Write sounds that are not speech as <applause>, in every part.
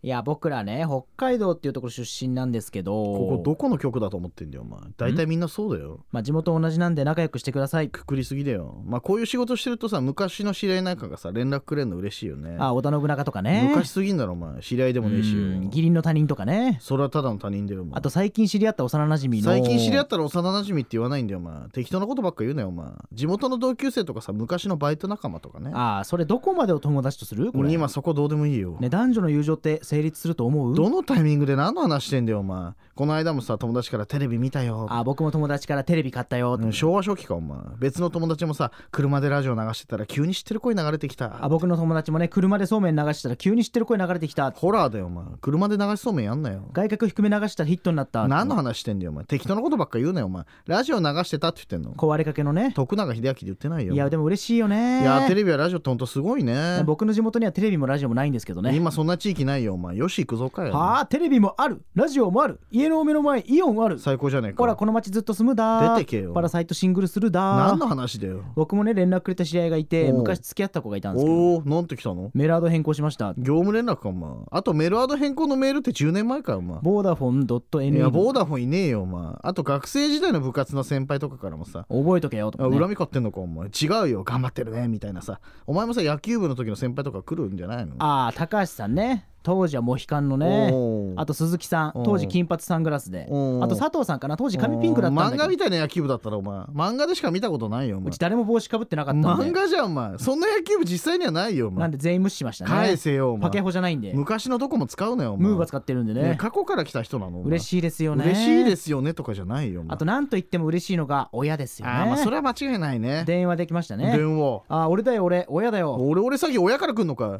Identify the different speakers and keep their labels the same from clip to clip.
Speaker 1: いや僕らね北海道っていうところ出身なんですけど
Speaker 2: ここどこの局だと思ってんだよお前大体みんなそうだよ
Speaker 1: まあ、地元同じなんで仲良くしてください、
Speaker 2: くくりすぎだよまあこういう仕事してるとさ昔の知り合いなんかがさ連絡くれんの嬉しいよね
Speaker 1: あ織田信長とかね
Speaker 2: 昔すぎんだろお前知り合いでもねえし
Speaker 1: うん
Speaker 2: よ
Speaker 1: 義理の他人とかね
Speaker 2: それはただの他人だよお前
Speaker 1: あと最近知り合った幼馴染の
Speaker 2: 最近知り合ったら幼馴染って言わないんだよお前適当なことばっか言うなよお前地元の同級生とかさ昔のバイト仲間とかね
Speaker 1: ああそれどこまでを友達とするこれ、
Speaker 2: 今そこどうでもいいよ、
Speaker 1: ね、男女の友情って成立すると思う
Speaker 2: どのタイミングで何の話してんだよお前この間もさ友達からテレビ見たよ
Speaker 1: ああ僕も友達からテレビ買ったよ、
Speaker 2: うん昭和初期かお前別の友達もさ車でラジオ流してたら急に知ってる声流れてきた
Speaker 1: あ僕の友達もね車でそうめん流したら急に知ってる声流れてきた
Speaker 2: ホラーだよお前車で流しそうめんやんなよ
Speaker 1: 外角低め流したらヒットになった
Speaker 2: 何の話してんだよお前適当なことばっか言うなよお前ラジオ流してたって言ってんの
Speaker 1: 壊れかけのね
Speaker 2: 徳永英明で言ってないよ
Speaker 1: いやでも嬉しいよね
Speaker 2: いやテレビはラジオってほんとすごいね
Speaker 1: 僕の地元にはテレビもラジオもないんですけどね
Speaker 2: 今そんな地域ないよお前よし行くぞかよ
Speaker 1: はあテレビもあるラジオもある家の目の前イオンある
Speaker 2: 最高じゃねえか
Speaker 1: ほらこの町ずっと住むだ
Speaker 2: 出てけよ
Speaker 1: パラサイトシングルするだ
Speaker 2: 何の話だよ
Speaker 1: 僕もね連絡くれた知り合いがいて
Speaker 2: おう
Speaker 1: 昔付き合った子がいたんですけど
Speaker 2: おおなんて来たの
Speaker 1: メールアド変更しました
Speaker 2: 業務連絡かお前あとメールアド変更のメールって10年前かよお前
Speaker 1: ボーダフォン
Speaker 2: い
Speaker 1: .ne
Speaker 2: やボーダフォンいねえよお前あと学生時代の部活の先輩とかからもさ
Speaker 1: 覚えとけよと
Speaker 2: あ
Speaker 1: か、ね、
Speaker 2: 恨み買ってんのかお前違うよ頑張ってるねみたいなさお前もさ野球部の時の先輩とか来るんじゃないの
Speaker 1: ああ高橋さんね当時はモヒカンのね
Speaker 2: おー
Speaker 1: あと鈴木さん
Speaker 2: おう
Speaker 1: 当時金髪サングラスで
Speaker 2: おう
Speaker 1: あと佐藤さんかな当時髪ピンクだったんだけ
Speaker 2: 漫
Speaker 1: ど
Speaker 2: 画みたいな野球部だったらお前漫画でしか見たことないよお
Speaker 1: う
Speaker 2: 前
Speaker 1: ち誰も帽子かぶってなかったん
Speaker 2: 漫
Speaker 1: で
Speaker 2: 画じゃんお前そんな野球部実際にはないよお
Speaker 1: な
Speaker 2: 前
Speaker 1: んで全員無視しましたね
Speaker 2: 返せよお前
Speaker 1: パケホじゃないんで
Speaker 2: 昔のどこも使うなよお前
Speaker 1: ムーバ使ってるんで
Speaker 2: ね
Speaker 1: ね
Speaker 2: 過去から来た人なのお前
Speaker 1: 嬉しいですよね
Speaker 2: 嬉しいですすよねとかじゃないよお前
Speaker 1: あと何と言っても嬉しいのが親ですよね
Speaker 2: あーまあそれは間違いないね
Speaker 1: 電話できましたね
Speaker 2: 電話
Speaker 1: あー俺だよ俺親だよ
Speaker 2: 俺俺詐欺親から来んのか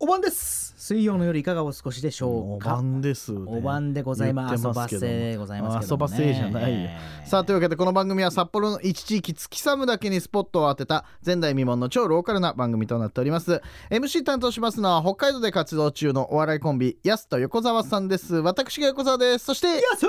Speaker 1: お晩です水曜の夜いかがお過ごしでしょう
Speaker 2: お
Speaker 1: か
Speaker 2: 晩ですね
Speaker 1: お晩でございます遊
Speaker 2: 言って
Speaker 1: ば
Speaker 2: ますけど
Speaker 1: せでございますけどもね
Speaker 2: 遊ばせじゃないよさあというわけでこの番組は札幌の一地域月寒だけにスポットを当てた前代未聞の超ローカルな番組となっております MC 担当しますのは北海道で活動中のお笑いコンビやすと横澤さんです私が横澤ですそして
Speaker 1: やっすー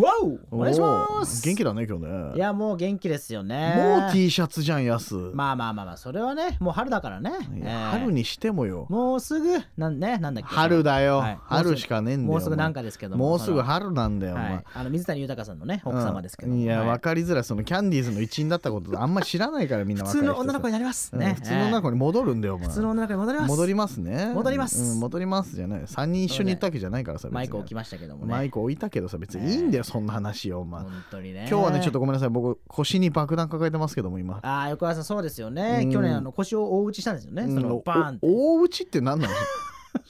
Speaker 1: わおお願いします
Speaker 2: おー元気だね今日ね
Speaker 1: いやもう元気ですよね
Speaker 2: もう T シャツじゃんやす、
Speaker 1: まあまあまあまあそれはねもう春だからね、えー
Speaker 2: 春にしてもよ
Speaker 1: もうすぐなんねなんだっけ
Speaker 2: 春だよ、
Speaker 1: はい
Speaker 2: 春しかねえんだよ
Speaker 1: もうすぐ
Speaker 2: お前
Speaker 1: なんかですけども
Speaker 2: もうすぐ
Speaker 1: その
Speaker 2: 春なんだよ、お前
Speaker 1: はい、あの水谷豊さんのね奥様ですけど
Speaker 2: う
Speaker 1: も、
Speaker 2: んいや、
Speaker 1: は
Speaker 2: 分かりづらいそのキャンディーズの一員だったことあんま知らないからみんな
Speaker 1: 普
Speaker 2: 若い
Speaker 1: 通
Speaker 2: 人
Speaker 1: の女の子になります
Speaker 2: うん
Speaker 1: ね
Speaker 2: 普通の女の子に戻るんだよお前
Speaker 1: 普通の女の子に戻ります
Speaker 2: 戻りますね
Speaker 1: 戻ります
Speaker 2: うん戻りますじゃない3人一緒に行ったわけじゃないからさ
Speaker 1: マイク置き
Speaker 2: ま
Speaker 1: ましたけどもね
Speaker 2: マイク置いたけどさ別にいいんだよそんな話よお前
Speaker 1: 本当にね
Speaker 2: 今日はねちょっとごめんなさい僕腰に爆弾抱えてますけども今
Speaker 1: ああ横川さんそうですよね、
Speaker 2: うん
Speaker 1: 去年あの腰を大打ちしたんですよね、
Speaker 2: うん
Speaker 1: そのバーンって
Speaker 2: お大打ちって何なの <laughs>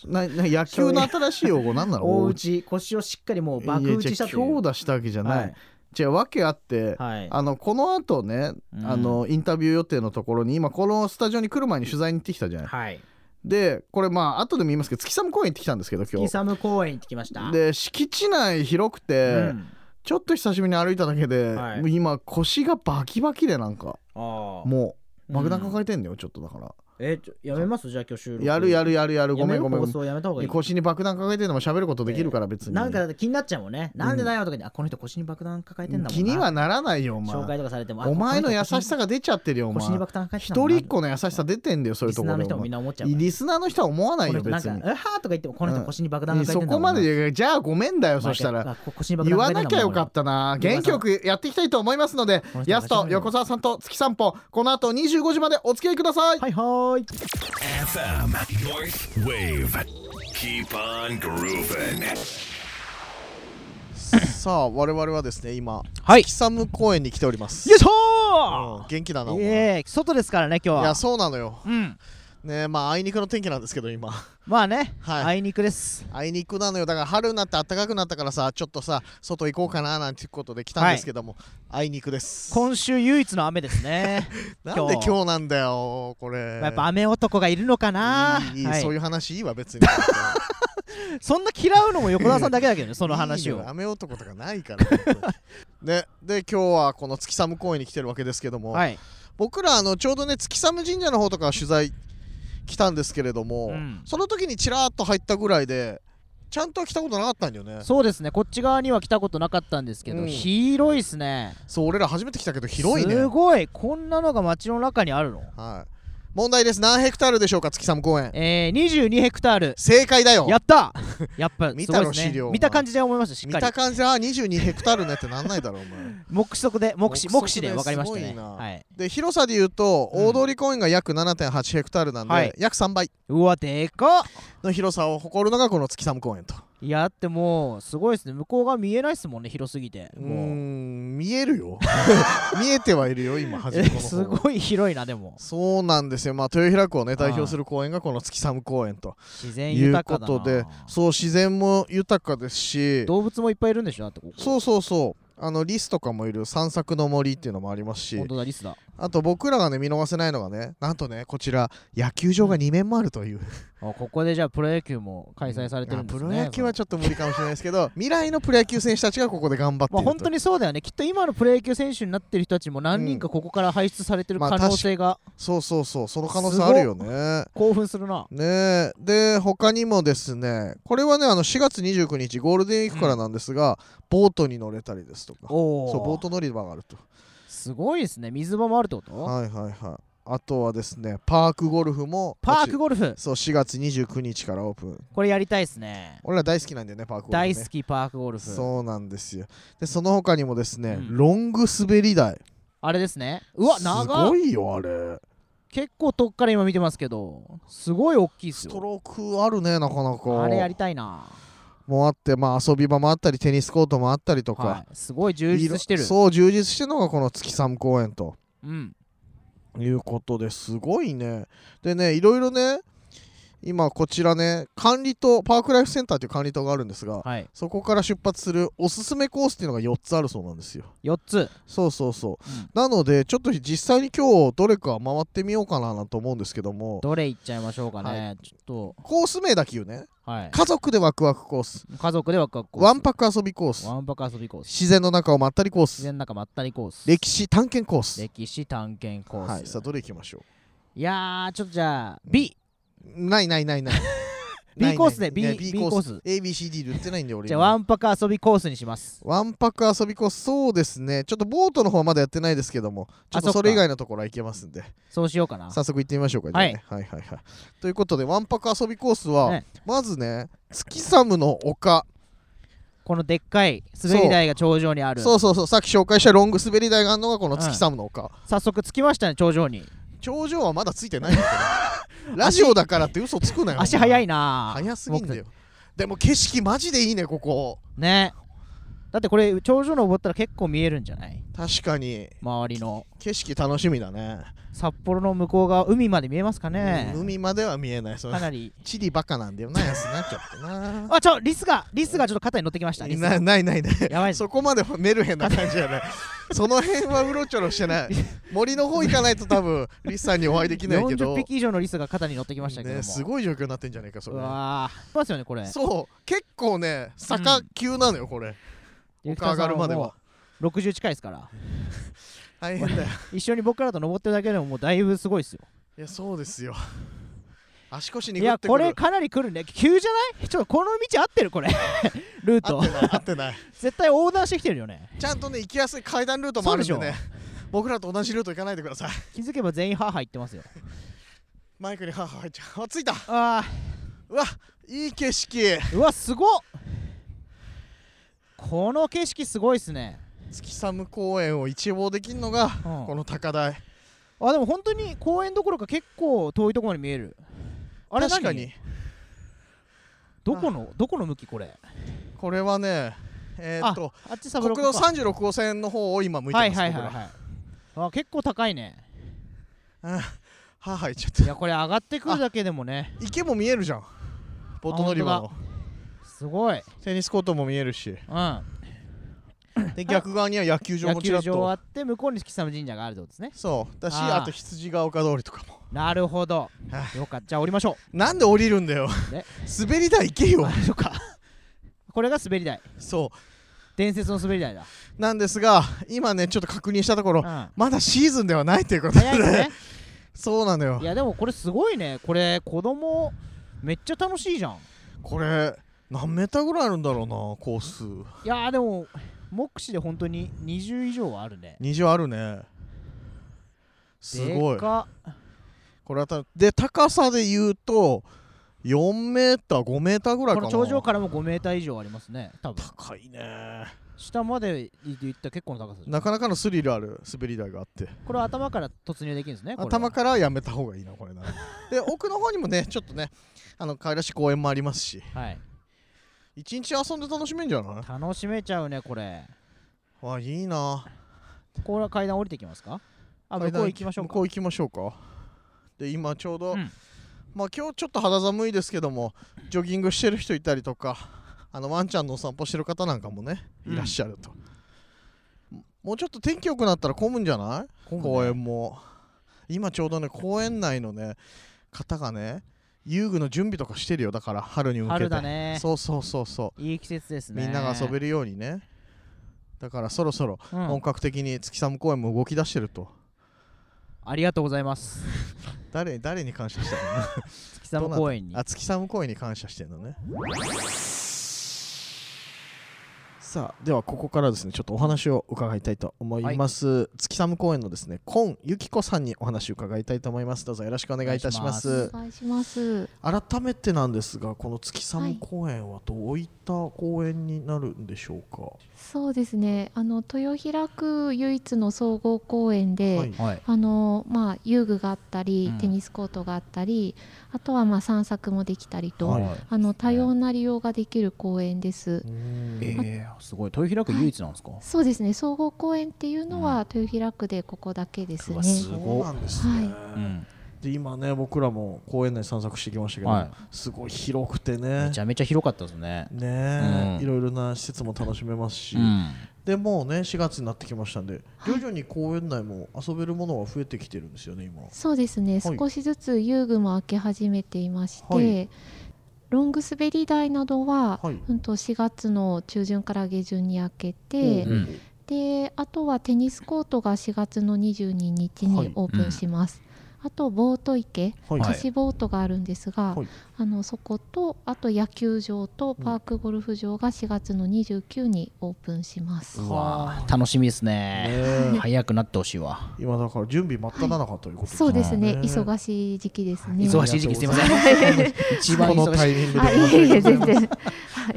Speaker 2: なな野球の新しい用語何なの
Speaker 1: 大打ち腰をしっかりもう爆打ちした
Speaker 2: い
Speaker 1: とい
Speaker 2: やじ
Speaker 1: う
Speaker 2: ゃあ強打したわけじゃないじゃあ訳あって
Speaker 1: はい、はい、
Speaker 2: あのこの後ね、
Speaker 1: うん
Speaker 2: あのインタビュー予定のところに今このスタジオに来る前に取材に行ってきたじゃない、
Speaker 1: はい
Speaker 2: でこれまあ後でも言いますけど月寒公園行ってきたんですけど今
Speaker 1: キ
Speaker 2: 日
Speaker 1: サム公園行ってきました、
Speaker 2: で敷地内広く
Speaker 1: う
Speaker 2: て、
Speaker 1: ん、
Speaker 2: ちょっと久しぶりに歩いただけで、
Speaker 1: はい
Speaker 2: もう今腰がバキバキでなんか
Speaker 1: ああ
Speaker 2: もう爆弾
Speaker 1: え、
Speaker 2: 抱えてんだよ、ちょっとだから
Speaker 1: えちょやめますじゃあ今日収録
Speaker 2: やるや
Speaker 1: る
Speaker 2: るやるやるごめんごめん
Speaker 1: 放送やめた方がいい
Speaker 2: 腰に爆弾抱えてんのも喋ることできるから別に、
Speaker 1: なんかだって気になっちゃうもんね、なんでだよとかにあこの人腰に爆弾抱えてんだもんな
Speaker 2: 気にはならないよお前
Speaker 1: 紹介とかされてもあ
Speaker 2: お前の
Speaker 1: こ
Speaker 2: 優
Speaker 1: 人
Speaker 2: しさが出ちゃってるよお
Speaker 1: 腰に腰に
Speaker 2: 前
Speaker 1: 爆弾抱えてんだもん
Speaker 2: 一
Speaker 1: な
Speaker 2: 人っ子の優しさ出てんだよそうい
Speaker 1: リ
Speaker 2: うと
Speaker 1: ス
Speaker 2: こ
Speaker 1: ナーの
Speaker 2: ろで
Speaker 1: 人も
Speaker 2: お前
Speaker 1: みんな思っちゃうから
Speaker 2: リスナーの人は思わないよ
Speaker 1: この人
Speaker 2: 別
Speaker 1: なん
Speaker 2: に
Speaker 1: か「うは」とか言ってもこの人腰に爆弾
Speaker 2: うん
Speaker 1: 抱え
Speaker 2: そ
Speaker 1: てんだも
Speaker 2: こ
Speaker 1: んな
Speaker 2: まで言うじゃあごめんだよそした
Speaker 1: まあ
Speaker 2: ら
Speaker 1: こ腰に爆
Speaker 2: 言
Speaker 1: 弾
Speaker 2: わ
Speaker 1: 抱えて
Speaker 2: なん
Speaker 1: だもん
Speaker 2: きゃよかったな元気よくやっていきたいと思いますので
Speaker 1: この人
Speaker 2: やすと横澤さんと月散歩この後25時までお付き合いください
Speaker 1: はいはーい
Speaker 3: FM North Wave. Keep on grooving.
Speaker 2: さあ我々はですね今
Speaker 1: はい
Speaker 2: 月寒公園に来ております
Speaker 1: よいし
Speaker 2: うん
Speaker 1: ょ
Speaker 2: 元気だな
Speaker 1: ー
Speaker 2: お
Speaker 1: イ
Speaker 2: 前
Speaker 1: エーイ外ですからね今
Speaker 2: い
Speaker 1: 日
Speaker 2: や
Speaker 1: は
Speaker 2: そうなのよ
Speaker 1: うん
Speaker 2: ねまああいにくの天気なんですけど今
Speaker 1: まあね
Speaker 2: はい
Speaker 1: あいにくです
Speaker 2: あいにくなのよだから春になって暖かくなったからさちょっとさ外行こうかななんていうことで来たんですけどもあいにくです
Speaker 1: 今週唯一の雨ですね
Speaker 2: <laughs> なんで
Speaker 1: 今日
Speaker 2: 今日なんだよこれ
Speaker 1: やっぱ雨男がいるのかない
Speaker 2: いいいい
Speaker 1: はい
Speaker 2: そういう話いいわ別にこ
Speaker 1: そんな嫌うのも横田さんだけ
Speaker 2: <laughs>
Speaker 1: だけどねその話を
Speaker 2: 雨男とかないから本当にねで今日はこの月寒公園に来てるわけですけども、
Speaker 1: はい
Speaker 2: 僕らあのちょうどね月寒神社の方とか取材来たんですけれども、
Speaker 1: うん
Speaker 2: その時にちらっと入ったぐらいでちゃんとは来たことなかったんだよね
Speaker 1: そうですねこっち側には来たことなかったんですけど、
Speaker 2: うん
Speaker 1: 広いですね
Speaker 2: そう俺ら初めて来たけど広いね
Speaker 1: すごいこんなのが街の中にあるの
Speaker 2: はい問題です何ヘクタールでしょうか月寒公園
Speaker 1: えー、22ヘクタール
Speaker 2: 正解だよ
Speaker 1: やったやっぱ
Speaker 2: <laughs> 見た
Speaker 1: すご
Speaker 2: ろ
Speaker 1: いですね
Speaker 2: 資料お前
Speaker 1: 見た感じで思いましたしっ
Speaker 2: 見
Speaker 1: かり
Speaker 2: た感じは22ヘクタールなんてなんないだろうお前
Speaker 1: 目視測で目視
Speaker 2: 目
Speaker 1: 目
Speaker 2: 測
Speaker 1: 視
Speaker 2: で
Speaker 1: で分かりました
Speaker 2: す
Speaker 1: ね
Speaker 2: ごいな
Speaker 1: はい
Speaker 2: で広さで言うと
Speaker 1: うん
Speaker 2: 大通公園が約7.8ヘクタールなんで、
Speaker 1: はい
Speaker 2: 約3倍
Speaker 1: うわでかっ
Speaker 2: の広さを誇るのがこの月寒公園と
Speaker 1: いやだってもうすごいですね向こうが見えないですもんね広すぎて
Speaker 2: うー
Speaker 1: もうん
Speaker 2: 見える
Speaker 1: <laughs>
Speaker 2: よ見えてはいるよ今端っこの方
Speaker 1: すごい広いなでも
Speaker 2: そうなんですよ、まあ、豊平区を
Speaker 1: は
Speaker 2: ね
Speaker 1: い
Speaker 2: 代表する公園がこの月寒公園と
Speaker 1: 自然
Speaker 2: いう
Speaker 1: 豊
Speaker 2: こ
Speaker 1: かだな
Speaker 2: とでそう自然も豊かですし
Speaker 1: 動物もいっぱいいるんでしょだってここ
Speaker 2: そうそうそうあのリスとかもいる散策の森っていうのもありますし
Speaker 1: 本当だリスだ
Speaker 2: あと僕らがね見逃せないのがねなんとねこちら野球場が2面もあるという
Speaker 1: あここでじゃあプロ野球も開催されてるんですね
Speaker 2: あプロ野球は
Speaker 1: そ
Speaker 2: ちょっと無理かもしれないですけど未来のプロ野球選手たちがここで頑張ってい
Speaker 1: のまあ
Speaker 2: ると、
Speaker 1: 本当にそうだよねきっと今のプロ野球選手になってる人たちも何人かここから輩出されてる
Speaker 2: まあ
Speaker 1: 可能性が
Speaker 2: そうそうそうその可能性あるよね
Speaker 1: 興奮するな
Speaker 2: ねえで他にもですねこれはねあの4月29日ゴールデンウィークからなんですが、ボートに乗れたりですとか
Speaker 1: お
Speaker 2: そうボー
Speaker 1: お
Speaker 2: ト乗り場があると
Speaker 1: すごいですね水場もあるってこと
Speaker 2: はいはいはいあとはですねパークゴルフも
Speaker 1: パーク
Speaker 2: ゴ
Speaker 1: ゴルフ
Speaker 2: そう4月29日からオープン
Speaker 1: これやりたいですね
Speaker 2: 俺ら大好きなんだよねパークゴルフ、ね、
Speaker 1: 大好きパークゴルフ
Speaker 2: そうなんですよでその他にもですね、
Speaker 1: うん
Speaker 2: ロング滑り台
Speaker 1: あれですねうわ
Speaker 2: す
Speaker 1: 長
Speaker 2: ご
Speaker 1: っ
Speaker 2: いよあれ
Speaker 1: 結構遠くから今見てますけどすごい大きいっす
Speaker 2: スト
Speaker 1: よ
Speaker 2: ロークあるねなかなか
Speaker 1: あれやりたいな
Speaker 2: もうあってまあ遊び場もあったりテニスコートもあったりとか、
Speaker 1: はいすごい充実してる
Speaker 2: いろそう充実してるのがこの月寒公園と
Speaker 1: うん
Speaker 2: いうことですごいねでねいろいろね今こちらね管理棟パークライフセンターという管理棟があるんですが、
Speaker 1: はい
Speaker 2: そこから出発するおすすめコースっていうのが4つあるそうなんですよ
Speaker 1: 4つ
Speaker 2: そうそうそう
Speaker 1: うん
Speaker 2: なのでちょっと実際に今日どれか回ってみようかなと思うんですけども
Speaker 1: どれいっちゃいましょうかねちょっ
Speaker 2: コース名だけ言うね
Speaker 1: とはい
Speaker 2: 家族でワクワクコース
Speaker 1: 家族でワクワクコース
Speaker 2: わんぱく遊びコース
Speaker 1: ワンパク遊びコース
Speaker 2: 自然の中をまったりコー
Speaker 1: 自
Speaker 2: ス
Speaker 1: 然の中まったりコース
Speaker 2: 歴史探検コース
Speaker 1: 歴史探検コース、
Speaker 2: はいさあどれ行きましょ
Speaker 1: いやーちょっとじゃあ B
Speaker 2: うないないないない
Speaker 1: <laughs> B
Speaker 2: ないない
Speaker 1: コースで B
Speaker 2: いや
Speaker 1: B コース
Speaker 2: ABCD で売ってないんで俺
Speaker 1: じゃあワ
Speaker 2: 今
Speaker 1: ンパク遊びコースにします
Speaker 2: わんぱく遊びコースそうですねちょっとボートの方はまだやってないですけどもちょっ
Speaker 1: あそ
Speaker 2: と
Speaker 1: っか
Speaker 2: それ以外のところは行けますんで
Speaker 1: そうしようかな
Speaker 2: 早速行ってみましょうかじゃあねはいはいはいということでわんぱく遊びコースは
Speaker 1: ね
Speaker 2: まずね月寒の丘
Speaker 1: このでっかい滑り台が頂上にある
Speaker 2: そうそうそうさっき紹介したロング滑り台があるのがこの月寒の丘
Speaker 1: 早速着きましたね頂上に
Speaker 2: 頂上はまだついてないんだけ
Speaker 1: <laughs>
Speaker 2: どラジオだからって嘘つくなよ
Speaker 1: 足早
Speaker 2: い
Speaker 1: いな
Speaker 2: 早すぎんだよ
Speaker 1: 僕
Speaker 2: でも景色マジでいいねここ
Speaker 1: ねだってこれ頂上登ったら結構見えるんじゃない
Speaker 2: 確かに
Speaker 1: 周りの
Speaker 2: 景色楽しみだね
Speaker 1: 札幌の向こう側海まで見えますかね
Speaker 2: うん海までは見えないそ
Speaker 1: か
Speaker 2: れ
Speaker 1: なり
Speaker 2: チリバカなんだ
Speaker 1: <laughs>
Speaker 2: よなやつなちょっとな
Speaker 1: あちょリスがリスがちょっと肩に乗ってきましたリス
Speaker 2: なないないな
Speaker 1: やばい
Speaker 2: いそこまでメルヘンな感じじ
Speaker 1: <laughs>
Speaker 2: ゃないその辺はうろちょろしてない森の方行かないと多分リスさんにお会いできないけど
Speaker 1: 40匹以上のリスが肩に乗ってきましたけども、
Speaker 2: ね、すごい状況になってんじゃないかそうれ
Speaker 1: わーいますよねこれ
Speaker 2: そう結構ね坂急なのよこれ、
Speaker 1: ディレクター
Speaker 2: 丘上
Speaker 1: さ
Speaker 2: が
Speaker 1: ん
Speaker 2: るまでは
Speaker 1: もう60近いですから
Speaker 2: 大変だ
Speaker 1: <laughs>
Speaker 2: よ
Speaker 1: 一緒に僕らと登ってるだけでももうだいぶすごいですよ
Speaker 2: いやそうですよ足腰に
Speaker 1: い
Speaker 2: ぐっ
Speaker 1: や
Speaker 2: てく
Speaker 1: こ
Speaker 2: る
Speaker 1: れかなり来るね急じゃないちょっとこの道合ってるこれルート
Speaker 2: 合ってない合ってない
Speaker 1: 絶対横断してきてるよね
Speaker 2: ちゃんとね行きやすい階段ルートもあるんで
Speaker 1: そうでし
Speaker 2: ね僕らと同じルート行かないでください
Speaker 1: 気づけば全員ハーハー言ってますよ
Speaker 2: マイクにハーハー入っちゃうあ着いた
Speaker 1: あ
Speaker 2: うわいい景色
Speaker 1: ーうわすごっこの景色すごいっすね、
Speaker 2: 月寒公園を一望できるのが
Speaker 1: うん
Speaker 2: この高台
Speaker 1: あでも本当に公園どころか結構遠いところに見えるあれ何
Speaker 2: 確かに
Speaker 1: どこのどこの向きこれ
Speaker 2: これはねえーっと
Speaker 1: あっちサブ
Speaker 2: 国
Speaker 1: ロック
Speaker 2: 道
Speaker 1: か
Speaker 2: 36号線の方を今向いてま
Speaker 1: は
Speaker 2: す
Speaker 1: いはいはい
Speaker 2: 僕ら
Speaker 1: はいあ結構高いね
Speaker 2: ハーハー入っちゃ
Speaker 1: い
Speaker 2: っ
Speaker 1: やこれ上がってくるだけでもね
Speaker 2: た池も見えるじゃんボート乗り場の
Speaker 1: すごい
Speaker 2: テニスコートも見えるし
Speaker 1: うん
Speaker 2: <laughs> で逆側には野球場
Speaker 1: 野
Speaker 2: もちら
Speaker 1: 球
Speaker 2: っ
Speaker 1: 場あ
Speaker 2: と
Speaker 1: って向こうに月寒神社があるってことですね
Speaker 2: そうだし
Speaker 1: あー
Speaker 2: あと羊ヶ丘通りとかも
Speaker 1: なるほど
Speaker 2: は
Speaker 1: よかったじゃあ降りましょ
Speaker 2: なんで降りるんだよ
Speaker 1: ね
Speaker 2: <laughs> 滑り台行け
Speaker 1: う
Speaker 2: よ
Speaker 1: あそうかこれが滑り台
Speaker 2: そ
Speaker 1: 伝説の滑り台だ、
Speaker 2: うなんですが今ねちょっと確認したとこ
Speaker 1: う
Speaker 2: ろ
Speaker 1: ん、
Speaker 2: まだシーズンではないということで
Speaker 1: 早い
Speaker 2: <laughs>
Speaker 1: ね
Speaker 2: そうなのよ
Speaker 1: いやでもこれすごいねこれ子供めっちゃ楽しいじゃん
Speaker 2: これ何メーターぐらいあるんだろうなコース
Speaker 1: いやーでも目視で本当に20以上はあるね
Speaker 2: 20あるねすご
Speaker 1: で
Speaker 2: い
Speaker 1: か
Speaker 2: これはたで高さで言うと4メーター5メーターぐらい
Speaker 1: こ
Speaker 2: かな
Speaker 1: の頂上からも5メーター以上ありますね多分
Speaker 2: 高いね
Speaker 1: 下まで行った結構の高さです
Speaker 2: なかなかのスリルある滑り台があって
Speaker 1: これは頭から突入できるんですねこれは
Speaker 2: 頭からやめた方がいいなこれなで <laughs> 奥の方にもねちょっとねあの可愛らしい公園もありますし
Speaker 1: はい
Speaker 2: 一日遊んで楽しめんじゃない
Speaker 1: 楽しめちゃうねこれ
Speaker 2: あいいな
Speaker 1: ここら階段降りていきますかあ向
Speaker 2: 階
Speaker 1: こう
Speaker 2: 段
Speaker 1: 行きましょう
Speaker 2: 向
Speaker 1: か
Speaker 2: こう行きましょうかで今ちょうど、
Speaker 1: うん
Speaker 2: まあ今日ちょっと肌寒いですけどもジョギングしてる人いたりとかあのワンちゃんのお散歩してる方なんかもね
Speaker 1: うん
Speaker 2: いらっしゃると、もうちょっと天気良くなったら混むんじゃない
Speaker 1: 今度ね
Speaker 2: 公園も今ちょうどね公園内のね方がね遊具の準備とかしてるよだから春に向けて
Speaker 1: 春だね
Speaker 2: そうそうそうそ
Speaker 1: いい季節です
Speaker 2: う、
Speaker 1: ね
Speaker 2: みんなが遊
Speaker 1: る、
Speaker 2: べるようにねだからそろそろ
Speaker 1: うん
Speaker 2: 本格的に月寒公園も動き出してると、
Speaker 1: ありがとうございます
Speaker 2: 誰誰に感謝
Speaker 1: <laughs>
Speaker 2: してる
Speaker 1: 月寒公園に
Speaker 2: のあ月寒公園に感謝してるのねさあではここからですねちょっとお話を伺いたいと思います、月寒公園のですね今由紀子さんにお話を伺いたいと思いますどうぞよろしくお願いいたします
Speaker 1: お願
Speaker 4: お願いします。
Speaker 2: 改めてなんですがこの月寒公園はどういった公園になるんでしょうか、
Speaker 4: そうですね。あの豊平区唯一の総合公園で、
Speaker 2: はい
Speaker 1: はい
Speaker 4: あのまあ遊具があったり、
Speaker 1: うん
Speaker 4: テニスコートがあったり、あとはまあ散策もできたりと、
Speaker 2: はい
Speaker 4: あの多様な利用ができる公園です。
Speaker 2: うん
Speaker 1: えー、すごい豊平区唯一なんですか、
Speaker 4: そうですね。総合公園っていうのは豊平区でここだけです
Speaker 1: う
Speaker 4: ね
Speaker 1: わ。す
Speaker 2: そうなんですね、
Speaker 1: うん
Speaker 2: で今ね僕らも公園内散策してきましたけど、
Speaker 1: はい
Speaker 2: すごい広くてね
Speaker 1: めちゃめちゃ広かったですね
Speaker 2: ねえ、
Speaker 1: うん
Speaker 2: いろいろな施設も楽しめますし、
Speaker 1: うん
Speaker 2: でもうね4月になってきましたんで徐々に公園内も遊べるものは増えてきてるんですよね今
Speaker 4: そうですね、
Speaker 2: はい
Speaker 4: 少しずつ遊具も開け始めていまして、
Speaker 2: はい
Speaker 4: ロング滑り台などは、
Speaker 2: はい
Speaker 4: うん、と4月の中旬から下旬に開けて、
Speaker 1: うん
Speaker 4: であとはテニスコートが4月の22日にオープンします、あとボート池
Speaker 2: はい
Speaker 4: 貸しボートがあるんですが、
Speaker 2: はい
Speaker 4: あのそことあと野球場とパークゴルフ場が4月の29にオープンします、
Speaker 1: うわー楽しみですね
Speaker 2: ねえ
Speaker 1: 早くなってほしいわ
Speaker 2: 今だから準備真っ只中ということ
Speaker 4: そうですね、
Speaker 2: ね
Speaker 4: 忙しい時期ですね
Speaker 1: 忙しい時期すいません一番
Speaker 2: このタ
Speaker 1: 忙しい
Speaker 2: イミングで
Speaker 4: あいえいえ全然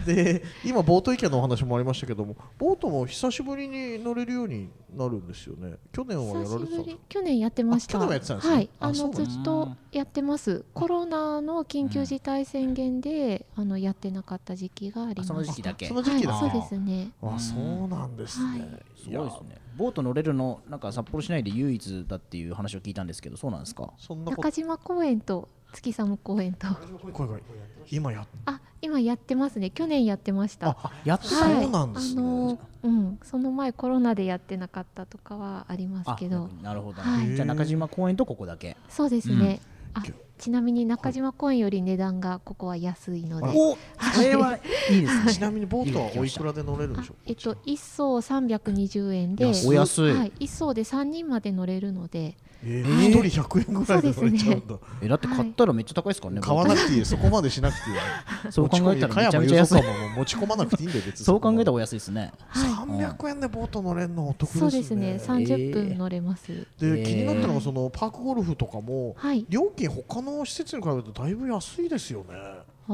Speaker 2: で今ボート意見のお話もありましたけどもボートも久しぶりに乗れるようになるんですよね去年はやら
Speaker 4: 久
Speaker 2: れ
Speaker 4: し
Speaker 2: てたん
Speaker 4: ぶ
Speaker 2: です
Speaker 4: り
Speaker 2: か
Speaker 4: 去年やってました
Speaker 2: あ去年もやってたんですね
Speaker 4: はい
Speaker 2: あ
Speaker 4: あの
Speaker 2: そうなん
Speaker 4: ず
Speaker 2: だ
Speaker 4: っとやってますコロナの緊急事態宣言で、あのやってなかった時期がありま
Speaker 1: あ
Speaker 4: す
Speaker 1: その時期だけ
Speaker 2: その時期だ
Speaker 4: はい、そうですね
Speaker 2: あそうなんですね、
Speaker 4: はい
Speaker 1: すごいですねボート乗れるのなんか札幌市内で唯一だっていう話を聞いたんですけどそうなんですか
Speaker 2: そんなこと
Speaker 4: 中島公園と月寒公園と
Speaker 2: 声が今やっ
Speaker 4: あ今やってますね去年やってました
Speaker 2: あ
Speaker 1: やっ
Speaker 2: そうなんですね
Speaker 4: あのうんその前コロナでやってなかったとかはありますけど
Speaker 1: なるほど、
Speaker 4: はい
Speaker 1: じゃあ中島公園とここだけ
Speaker 4: そうですね、あ
Speaker 2: ぎゅ
Speaker 4: ちなみに中島公園より値段がここは安いので
Speaker 1: おこれ
Speaker 4: <laughs>
Speaker 1: はいいですね
Speaker 2: ちなみにボートはおいくらで乗れるんでしょう
Speaker 4: えっと、1層320円で
Speaker 1: 安いお安い
Speaker 4: はい、1層で3人まで乗れるので
Speaker 1: ー
Speaker 2: え1人100円ぐらいで乗れちゃうんだ、
Speaker 1: えだって買ったらめっちゃ高いですからね、
Speaker 2: 買わなくていいよそこまでしなくていいよ
Speaker 1: そう考えたらめちゃめちゃ安
Speaker 2: 持
Speaker 1: い
Speaker 2: ち込み加山雄三さんも持ち込まなくていいんだよ別に
Speaker 1: そう考えたらお安いですね
Speaker 2: 300円でボート乗れるのお得ですね
Speaker 4: そうですね30
Speaker 1: えー
Speaker 4: 分乗れます、
Speaker 2: で
Speaker 1: えー
Speaker 2: 気になったのがそのパークゴルフとかも
Speaker 4: はい
Speaker 2: 料金他の施設に比べるとだいぶ安いですよね、
Speaker 4: あ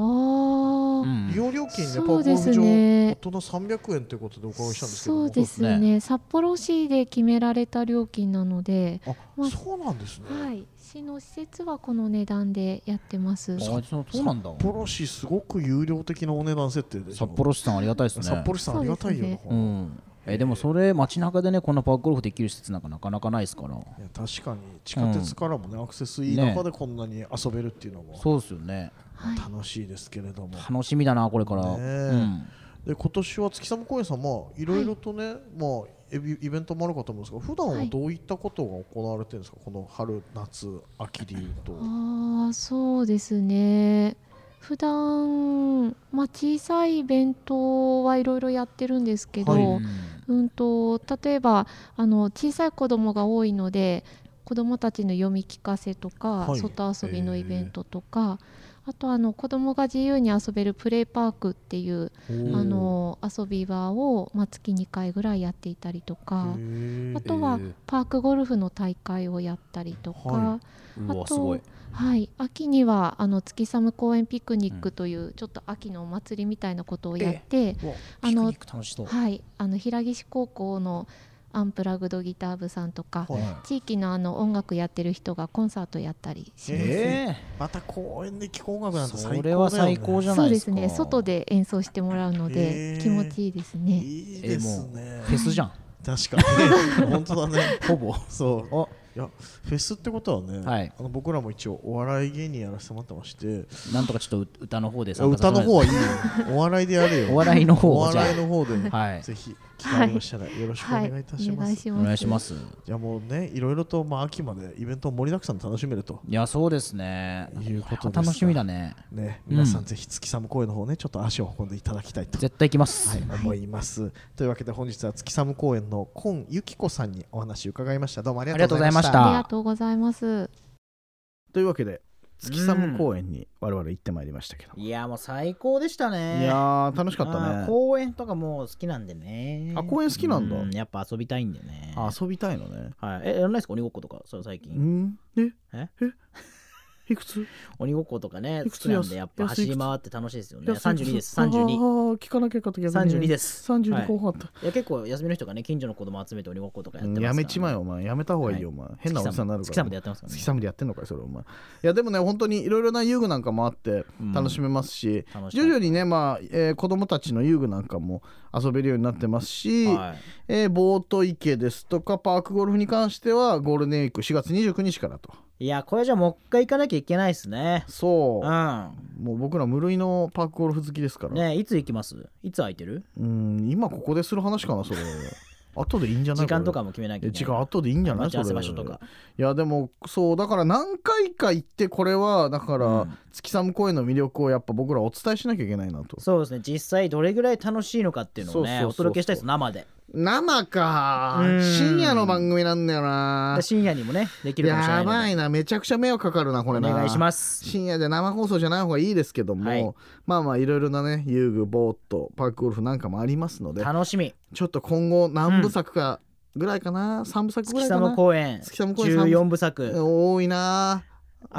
Speaker 1: う
Speaker 4: ー、
Speaker 1: ん
Speaker 2: 利用料金ねパーク
Speaker 4: そ
Speaker 2: ゴ
Speaker 4: う
Speaker 2: ル
Speaker 4: で
Speaker 2: フ
Speaker 4: す
Speaker 2: 場、
Speaker 4: ね
Speaker 2: 大人300円ということでお伺いしたんですけども
Speaker 4: そうですね
Speaker 1: そうで
Speaker 4: 札幌市で決められた料金なので、
Speaker 2: あ
Speaker 4: まあ
Speaker 2: そうなんですね、
Speaker 4: はい、市の施設はこの値段でやってます
Speaker 1: あそうそうなんだ
Speaker 2: 札幌市すごく有料的なお値段設定でしょ
Speaker 1: 札幌市さんありがたいですね
Speaker 2: 札幌市さんありがたいよな、こ
Speaker 1: う
Speaker 2: れ
Speaker 1: んえでもそれ街中でねこんなパークゴルフできる施設なんかなかなかないですから
Speaker 2: いや確かに地下鉄からもね、アクセスいい中でこんなに遊べるっていうのも
Speaker 1: そうですよね
Speaker 2: 楽しいですけれども、
Speaker 1: 楽しみだなこれから、
Speaker 2: ねえで今年は月寒公園さんもいろいろとね、まあエビイベントもあるかと思うんですが普段はどういったことが行われてるんですか、この春夏秋でいうと、
Speaker 4: あーそうですね普段まあ小さいイベントはいろいろやってるんですけど、
Speaker 2: はい
Speaker 1: うん
Speaker 4: うんと例えばあの小さい子供が多いので子供たちの読み聞かせとか、
Speaker 2: はい
Speaker 4: 外遊びのイベントとか、あとあの子供が自由に遊べるプレイパークっていう、
Speaker 1: うん
Speaker 4: あの遊び場を、まあ、月2回ぐらいやっていたりとか、
Speaker 2: へ
Speaker 4: あとは
Speaker 1: へえ
Speaker 4: パークゴルフの大会をやったりとか、
Speaker 2: は
Speaker 1: う
Speaker 4: あ
Speaker 1: わす
Speaker 4: と
Speaker 1: ごい
Speaker 4: はい、秋にはあの月寒公園ピクニックという、ちょっと秋のお祭りみたいなことをやって、
Speaker 2: えうわ
Speaker 4: あ
Speaker 1: ピク
Speaker 4: の
Speaker 1: ニック楽しそう
Speaker 4: はい、あの平岸高校のアンプラグドギター部さんとか、
Speaker 2: はい
Speaker 4: 地域のあの音楽やってる人がコンサートやったりします。
Speaker 1: え
Speaker 2: また公園で聞こ音楽
Speaker 1: え
Speaker 2: なんて最高だ
Speaker 1: そ
Speaker 2: よね
Speaker 1: れは最高じゃ
Speaker 4: そ
Speaker 1: な
Speaker 4: う
Speaker 1: いで
Speaker 4: ですす
Speaker 1: か
Speaker 4: ね外で演奏してもらうの
Speaker 2: へ
Speaker 4: で
Speaker 2: ー
Speaker 4: 気持ちいいですね
Speaker 2: いいですね
Speaker 1: フェスじゃん
Speaker 2: 確
Speaker 1: <laughs>
Speaker 2: かに本当だね
Speaker 1: ほぼ
Speaker 2: そう
Speaker 1: あ
Speaker 2: いやフェスってことはね、
Speaker 1: はい
Speaker 2: あの僕らも一応お笑い芸人やらせてもらってまして
Speaker 1: なんとかちょっと歌の方で
Speaker 2: あ
Speaker 1: 参加
Speaker 2: 歌の方はいいいよお笑いでやるよ
Speaker 1: お笑いの方
Speaker 2: お
Speaker 1: をじゃ
Speaker 2: 笑いの方で、
Speaker 1: はい
Speaker 2: ぜひ機会をしたらよろしくお願
Speaker 4: はいい
Speaker 2: いたし
Speaker 4: お
Speaker 2: ま
Speaker 4: 願い
Speaker 2: す。
Speaker 4: し
Speaker 1: あ
Speaker 4: ます
Speaker 1: お願いします
Speaker 2: いやもうねいろいろとまあ秋までイベントを盛りだくさんで楽しめると
Speaker 1: いやそうですね
Speaker 2: いうことです
Speaker 1: れは楽しみだね
Speaker 2: ね
Speaker 1: うん
Speaker 2: 皆さんぜひ月寒公園の方ねちょっと足を運んでいただきたいと。
Speaker 1: 絶対行きます、
Speaker 2: はい、思います。というわけで本日は月寒公園の今由紀子さんにお話を伺いました。どうもありがとうございま
Speaker 1: ありがとうございまし
Speaker 2: し
Speaker 1: た
Speaker 2: た。
Speaker 4: ありがとうございます
Speaker 5: というわけで月寒公園に我々行ってまいりましたけど、
Speaker 6: いやもう最高でしたね
Speaker 5: いやー楽しかっ
Speaker 6: あー
Speaker 5: たね
Speaker 6: 公園とかもう好きなんでね
Speaker 5: あ公園好きなんだ
Speaker 6: うやっぱ遊びたいんでね
Speaker 5: あ遊びたいのね
Speaker 6: はいえやらないですか鬼ごっことかそれ最近
Speaker 5: うんえ
Speaker 6: え
Speaker 5: えいくつ
Speaker 6: 鬼ごっことかね
Speaker 5: い
Speaker 6: 好
Speaker 5: くつ
Speaker 6: きなんでやっぱ
Speaker 5: 安
Speaker 6: 走
Speaker 5: 安いくつ
Speaker 6: り回って楽しいですよね
Speaker 5: いやそう
Speaker 6: 32です
Speaker 5: そうあ
Speaker 6: 32
Speaker 5: ー聞かなきゃよかったけど
Speaker 6: 32ですは
Speaker 5: 32
Speaker 6: い
Speaker 5: 後半あった、
Speaker 6: いや結構休みの人がね近所の子供集めて鬼ごっことかやってます
Speaker 5: う
Speaker 6: か
Speaker 5: ん
Speaker 6: ら
Speaker 5: や
Speaker 6: ね
Speaker 5: めちまえお前やめた方がいいよお前、変なおじさんになるから
Speaker 6: 月さんでやってますからね
Speaker 5: 月寒でやってんのかよそれお前いやでもね本当にいろいろな遊具なんかもあって
Speaker 6: うん
Speaker 5: 楽しめますし、
Speaker 6: 楽しかっ
Speaker 5: 徐
Speaker 6: た
Speaker 5: 々にねまあ、えー子供たちの遊具なんかも遊べるようになってますし、
Speaker 6: はい
Speaker 5: えーボート池ですとかパークゴルフに関してはゴールデンウィーク4月29日からと
Speaker 6: いやこれじゃもう一回行かなきゃいけないですね
Speaker 5: そううんもう僕ら無類のパークゴルフ好きですから、
Speaker 6: ねいつ行きますいつ空いてる
Speaker 5: うん今ここでする話かなそ
Speaker 6: <laughs>
Speaker 5: れ後でいいんじゃない
Speaker 6: 時間とか
Speaker 5: も
Speaker 6: も決めなきゃいけない
Speaker 5: 時間後でいいんじゃない
Speaker 6: 待
Speaker 5: そ
Speaker 6: ち
Speaker 5: れ
Speaker 6: 合わせ場所とか
Speaker 5: いやでもそうだから何回か行ってこれはだから、
Speaker 6: うん
Speaker 5: 月寒公園の魅力をやっぱ僕らお伝えしなきゃいけないなと
Speaker 6: そうですね実際どれぐらい楽しいのかっていうのをね
Speaker 5: そうそうそうそう
Speaker 6: お届けしたいです生で
Speaker 5: 生か
Speaker 6: うん
Speaker 5: 深夜の番組なんだよな
Speaker 6: で深夜にもねできるかもしれな
Speaker 5: や
Speaker 6: いので
Speaker 5: ばいなめちゃくちゃ迷惑かかるなこれ
Speaker 6: お
Speaker 5: な
Speaker 6: 願いします
Speaker 5: 深夜で生放送じゃない方がいいですけども、
Speaker 6: はい
Speaker 5: まあまあいろいろなね遊具ボートパークゴルフなんかもありますので
Speaker 6: 楽しみ
Speaker 5: ちょっと今後何部作かぐらいかな、三3部作ぐら
Speaker 6: 月
Speaker 5: いかな
Speaker 6: 様公園
Speaker 5: 月様公園
Speaker 6: 14部作
Speaker 5: 多いな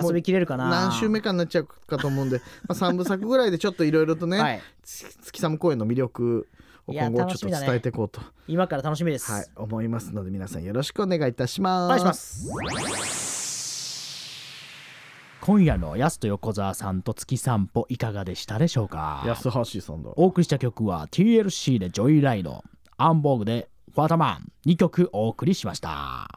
Speaker 6: 遊びきれるかな
Speaker 5: 何週目かになっちゃうかと思うんで、まあ、3部作ぐらいでちょっといろいろと
Speaker 6: <laughs>
Speaker 5: ね、
Speaker 6: はい
Speaker 5: つ月寒公園の魅力を今後
Speaker 6: いや
Speaker 5: ちょ
Speaker 6: 楽
Speaker 5: っ
Speaker 6: し
Speaker 5: と
Speaker 6: みだね
Speaker 5: 伝えていこうと、
Speaker 6: 今から楽しみです
Speaker 5: はい、思いますので皆さんよろしくお願いいたします。
Speaker 6: お願いします今夜のやすと横澤さんと月散歩いかがでしたでしょうか
Speaker 5: 安橋さんだ。
Speaker 1: お送りした曲は TLC でジョイライドアンボーグでファータマン2曲お送りしました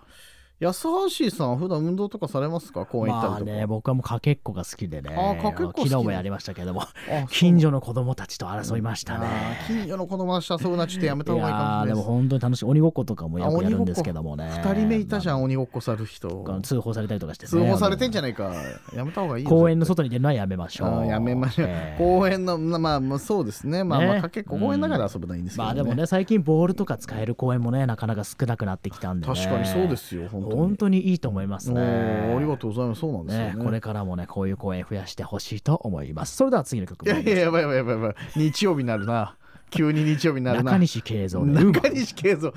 Speaker 5: 安橋さんは普段運動とかされますか公園行ったり
Speaker 1: まあ
Speaker 5: とか。
Speaker 1: ね僕はもうかけっこが好きでね
Speaker 5: あかけっこ好き
Speaker 1: 昨日もやりましたけども
Speaker 5: あそう
Speaker 1: 近所の子供たちと争いました
Speaker 5: あー
Speaker 1: ね
Speaker 5: 近所の子供たちと遊ぶのはちょっとやめた
Speaker 1: い
Speaker 5: 方がいいか
Speaker 1: やー
Speaker 5: もし
Speaker 1: で
Speaker 5: れな
Speaker 1: も
Speaker 5: いで
Speaker 1: 本当に楽しい鬼ごっことかも
Speaker 5: す。
Speaker 1: やっぱやるんですけどもね
Speaker 5: 2人目いたじゃ
Speaker 1: ん
Speaker 5: ん、鬼ごっこさる人。
Speaker 1: 通報されたりとかしてね
Speaker 5: 通報されてんじゃないか。やめた方がいいよ。
Speaker 1: 公園の外に出るのはやめまし
Speaker 5: あ
Speaker 1: ょう
Speaker 5: ーやめましょう。
Speaker 1: えー
Speaker 5: 公園の、まあまあまあ、そうですね。まあまあ、
Speaker 1: ね
Speaker 5: かけっこ公園だから遊ぶのはいいんですけど
Speaker 1: ま
Speaker 5: ね。
Speaker 1: あでもね最近ボールとか使える公園もねなかなか少なくなってきたんで、ね、
Speaker 5: 確かにそうですよ、本当に。
Speaker 1: 本当にいいと思いますね
Speaker 5: おーありがとうございます。そうなんですよ
Speaker 1: ね
Speaker 5: ね。
Speaker 1: これからもねこういう公演増やしてほしいと思いますそれでは次の曲
Speaker 5: いやいや、
Speaker 1: 参り
Speaker 5: やばいやばいやばいやばい。日曜日になるな。急に日曜日にな
Speaker 1: ましょ
Speaker 5: る
Speaker 1: う
Speaker 5: な。
Speaker 1: 中西慶三で
Speaker 5: 中西慶三。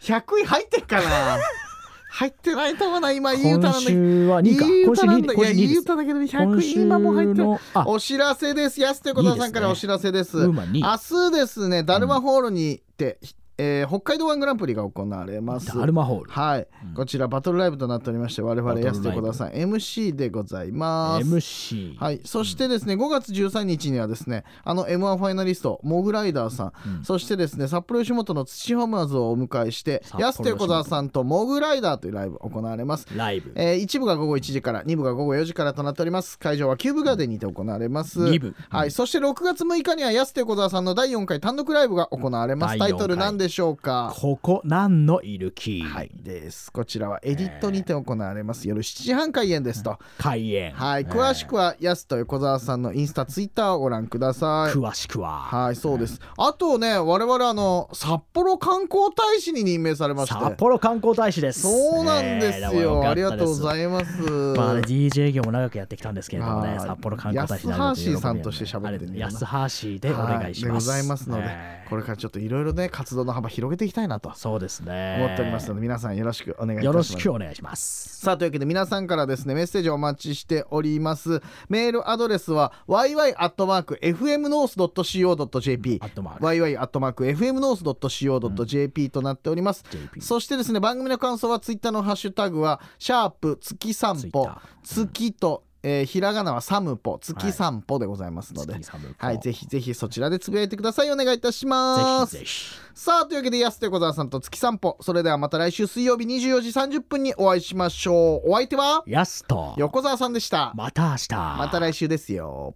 Speaker 5: 100位入ってっかな入ってないと思うな、今、いい歌
Speaker 1: 今
Speaker 5: なんだけど。
Speaker 1: 週は
Speaker 5: い
Speaker 1: 2か
Speaker 5: い
Speaker 1: 今週
Speaker 5: 歌なん
Speaker 1: 2
Speaker 5: だ。い
Speaker 1: 今
Speaker 5: や、
Speaker 1: 週
Speaker 5: い
Speaker 1: 2
Speaker 5: い
Speaker 1: です
Speaker 5: 歌だけど、
Speaker 1: 今
Speaker 5: 100位
Speaker 1: 週
Speaker 5: 今もう入ってる。
Speaker 1: のあ
Speaker 5: お知らせです。安手小田さんからお知らせです。
Speaker 1: ウーマン2
Speaker 5: 明日ですね、ダルマホールにて、えー北海道ワングランプリが行われます。
Speaker 1: ダルマホール
Speaker 5: はい、こちらバトルライブとなっておりまして我々
Speaker 1: バトルライ
Speaker 5: 安
Speaker 1: ブ
Speaker 5: 手小田さん MC でございます。
Speaker 1: MC
Speaker 5: はい、そしてですね、5月13日にはですね、あの M1 ファイナリスト、モグライダーさん、そしてですね、札幌吉本の土ホマーズをお迎えして、
Speaker 1: 幌
Speaker 5: 安手小沢さんとモグライダーというライブ行われます。
Speaker 1: ライブ
Speaker 5: えー一部が午後1時から、二部が午後4時からとなっております。会場はキューブガーデンにて行われます。
Speaker 1: 二部
Speaker 5: はい、そして6月6日には安手小沢さんの第4回単独ライブが行われます。
Speaker 1: 第
Speaker 5: タイ
Speaker 1: 四回
Speaker 5: トル何でしょうか
Speaker 1: ここ何のいるき、
Speaker 5: はいですこちらはエディットにて行われます夜7時半開演ですと、
Speaker 1: 開演、
Speaker 5: はい詳しくはやすと横澤さんのインスタツイッターをご覧ください
Speaker 1: 詳しくは、
Speaker 5: はいそうですあとね我々あの札幌観光大使に任命されまして
Speaker 1: 札幌観光大使です
Speaker 5: そうなんです
Speaker 1: ねえ
Speaker 5: よ、ありがとうご
Speaker 1: い
Speaker 5: ざいます
Speaker 1: まあね、DJ 業も長くやってきたんですけれども
Speaker 5: は
Speaker 1: ね、
Speaker 5: い
Speaker 1: 札幌観光大使になると
Speaker 5: 安橋さんとして喋ってみような
Speaker 1: 安橋でお願いし
Speaker 5: はでご
Speaker 1: ます。
Speaker 5: ざいますので、
Speaker 1: えー
Speaker 5: これからちょっといろいろね活動の幅広げていきたいなと
Speaker 1: そうですね。
Speaker 5: 思っておりますので皆さんよろしくお願いいたし
Speaker 1: よ
Speaker 5: ま
Speaker 1: ろ
Speaker 5: す
Speaker 1: しくお願いします。
Speaker 5: さあというわけで皆さんからですねメッセージをお待ちしておりますメールアドレスは yy.fmnorth.co.jp
Speaker 1: アットマーク
Speaker 5: yy.fmnorth.co.jp となっております、そしてですね番組の感想はツイッターのハッシュタグは「シャープ月散歩
Speaker 1: Twitter」
Speaker 5: 月と、えーひらがなはサムポ月散歩でございますので、はい
Speaker 1: 月散歩
Speaker 5: ぜひぜひそちらでつぶやいてくださいお願いいたします
Speaker 1: ぜひぜひ。
Speaker 5: さあというわけで安手小沢さんと月散歩それではまた来週水曜日24時30分にお会いしましょうお相手は
Speaker 1: やすと、
Speaker 5: 横澤さんでした
Speaker 1: また明日。
Speaker 5: また来週ですよ